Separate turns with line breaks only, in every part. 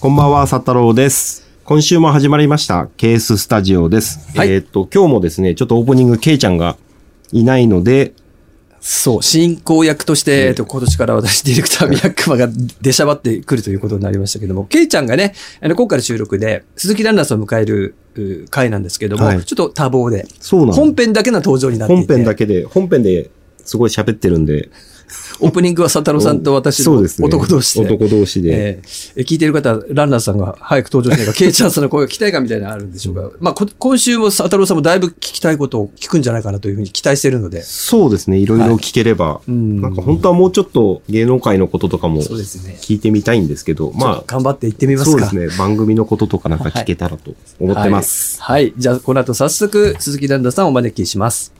こんばんは、佐太郎です。今週も始まりました、ケーススタジオです。
はい
えーっと、今日もですね、ちょっとオープニング、ケイちゃんがいないので、
そう、進行役として、えっと、今年から私、ディレクター、ミヤックマが出しゃばってくるということになりましたけども、ケイちゃんがね、あの、今回の収録で、鈴木ランナースを迎えるう回なんですけども、
はい
ちょっと多忙で、
そうなん
本編だけの登場になってい
本
て、
編だけで、本編ですごい喋ってるんで。
オープニングは佐太郎さんと私の
そうですね
男同士で。
男同士で。
えーえ聞いてる方、ランナーさんが早く登場しないか、ケイちゃんさんの声が聞きたいかみたいなのあるんでしょうが、まあ、こ今週も佐太郎さんもだいぶ聞きたいことを聞くんじゃないかなというふうに期待してるので、
そうですね、いろいろ聞ければ、
うん
なんか本当はもうちょっと芸能界のこととかも
そうですね。
聞いてみたいんですけど、
まあ
ま、あ、
頑張っていってみます
そうで
か。
すね、番組のこととかなんか聞けたらと思ってます。
はい。はいじゃあ、この後早速、鈴木旦那さんをお招きします。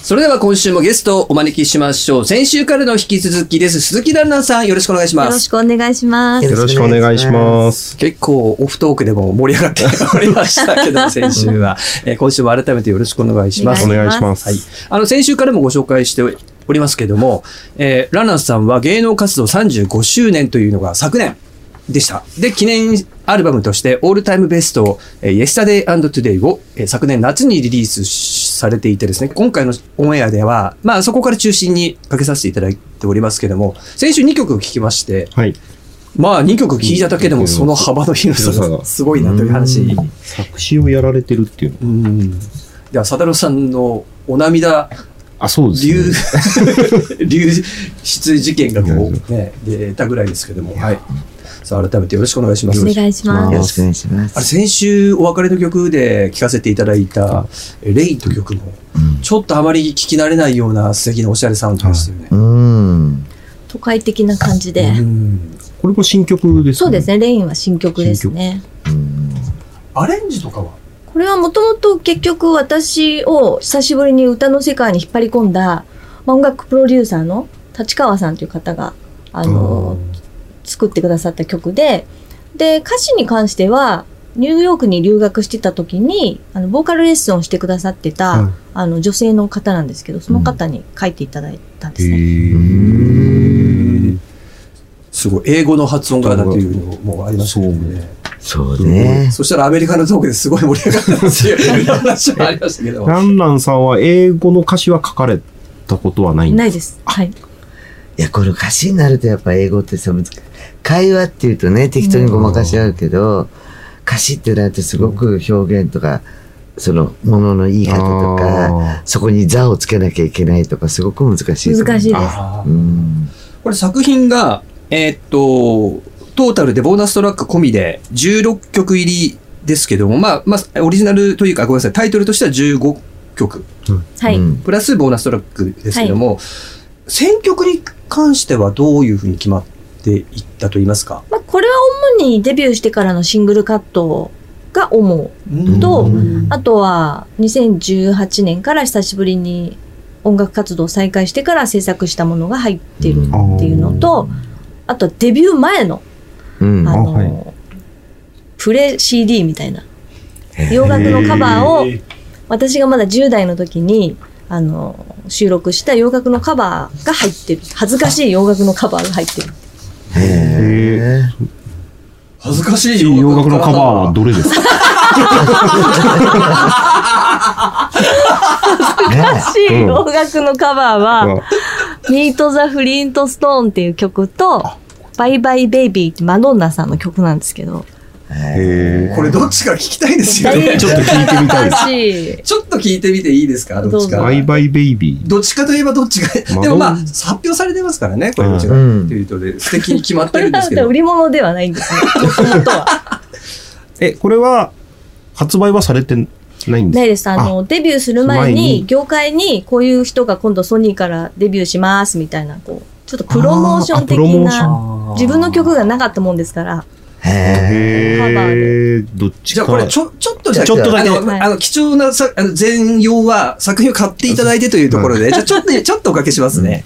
それでは今週もゲストをお招きしましょう。先週からの引き続きです。鈴木旦那さん、よろしくお願いしま
よろ
す
し。くお願いします。
よろしくお願いします。
結構オフトークでも盛り上がっておりましたけ ど、先週は。えー今週も改めてよろしくお願いしま
ろ
す
しくお。願いします
ます
はい。あの、先週からもご紹介しておりますけども、えーランナースさんは芸能活動35周年というのが昨年でした。で、記念アルバムとして、オールタイムベスト、えー、Yesterday and Today を、えー昨年夏にリリースされていてですね、今回のオンエアでは、まあそこから中心にかけさせていただいておりますけども、先週2曲聴きまして、
はい。
まあ2曲聴いただけでもその幅の広さがすごいなという話。
作詞をやられてるっていうの。
うん。では、サタロさんのお涙
あ、そうです、ね。
流流 出事件がこう、ね、出たぐらいですけども、はい、さあ改めてよろしくお願いします。
お願いしま
よ
よろ
す。
ろしくお願いしま
あれ
す。
先週お別れの曲で聴かせていただいた「レイン」という曲も
うん
ちょっとあまり聞き慣れないような素敵なおしゃれサウンドでしたよね。
うん。
都会的な感じで。
うん
これも新曲です
そうです
ね。
ね、レインは新曲ですね。
うん
アレンジとかは
これはもともと結局私を久しぶりに歌の世界に引っ張り込んだ、まあ、音楽プロデューサーの立川さんという方が、あの、作ってくださった曲で、で、歌詞に関しては、ニューヨークに留学してた時に、あの、ボーカルレッスンをしてくださってた、
はい
あの、女性の方なんですけど、その方に書いていただいたんです
へ
ね。
すごい英語の発音がだというのもありましたけどね。
そうね。
そしたらアメリカのトークですごい盛り上がったっていう話もありました けど。
ランランさんは英語の歌詞は書かれたことはないんで
ないです。はい。
いや、これ歌詞になるとやっぱ英語ってさ、難しい。会話っていうとね、適当にごまかし合うけど、歌詞ってなるとすごく表現とか、その、ものの言い
す
方とか、そこに座をつけなきゃいけないとか、すごく難しいですね。
難しいです。
あー
うん。
これ作品が、えーっと、トータルでボーナストラック込みで16曲入りですけども、まあ、まあ、オリジナルというか、ごめんなさい、タイトルとしては15曲、
はい。
うん
プラスボーナストラックですけども、選曲に関してはどういうふうに決まっていったと言いますか。
まあ、これは主にデビューしてからのシングルカットが主。と
うん
あとは、2018年から久しぶりに音楽活動を再開してから制作したものが入ってるっていうのと、あとはデビュー前の、
うん。
あ
あ
の、
あはい
プレ CD みたいな、洋楽のカバーを、私がまだ10代の時に、あの、収録した洋楽のカバーが入ってる。恥ずかしい洋楽のカバーが入ってる。
へー
恥ずかしい
洋楽のカバーは
ど
どれですか
ね
しい洋楽のカバーは、ミート・ザ・フリント・ストーンっていう曲と、バイバイ・ベイビーってマドンナさんの曲なんですけど、
へ
これどっちか聞きたいですよ ね。
ちょっと聞いてみたい です
で
ちょっと聞いてみていいですか、どっち
どう
か。
ぞ
バイバイベイビー。
どっちかといえばどっち
ま
が、
あ
でもまあ、
どう
発表されてますからね、これ
うん
もちろ
うん
ん。ということで、素敵に決まってるんですけど
売。り物ではない んですね、元々は。
え、これは、発売はされてないんです
ないです。あの、デビューする前
前
に
に、
業界にこういう人が今度ソニーからデビューしますみたいな、こう、ちょっとプロモーション
あ
的
ーあプロモーシ
な、自分の曲がなかったもんですから、
か
へ
カバ
へーどっち
じゃ
か。
あこれちょ、ちょっとじゃあ
ちょっとだけ
あの、
はい
あの貴重なさあの全容は作品を買っていただいてというところで、じゃあちょっと、ちょっとおかけしますね。